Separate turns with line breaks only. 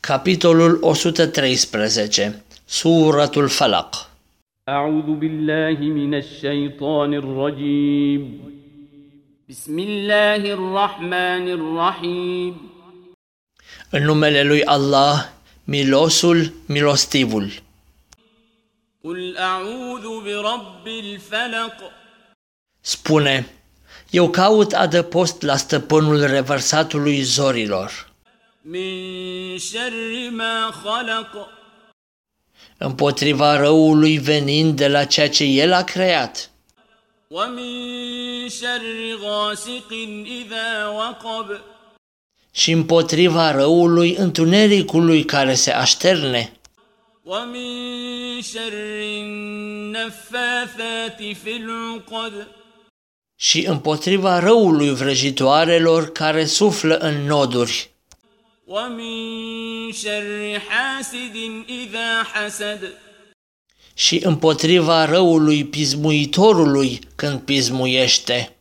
Capitolul 113 Suratul Falaq
أعوذ بالله من الشيطان الرجيم بسم الله الرحمن الرحيم
În numele lui Allah, Milosul, Milostivul
قل أعوذ برب الفلق
Spune Eu caut adăpost la stăpânul revărsatului zorilor
من شر ما خلق
Împotriva răului venind de la ceea ce el a creat
ومن شر غاسق إذا وقب
și împotriva răului întunericului care se așterne
ومن شر النفاثات في العقد
și împotriva răului vrăjitoarelor care suflă în noduri
ومن شر حاسد إذا حسد
și împotriva răului pismuitorului când pismuiește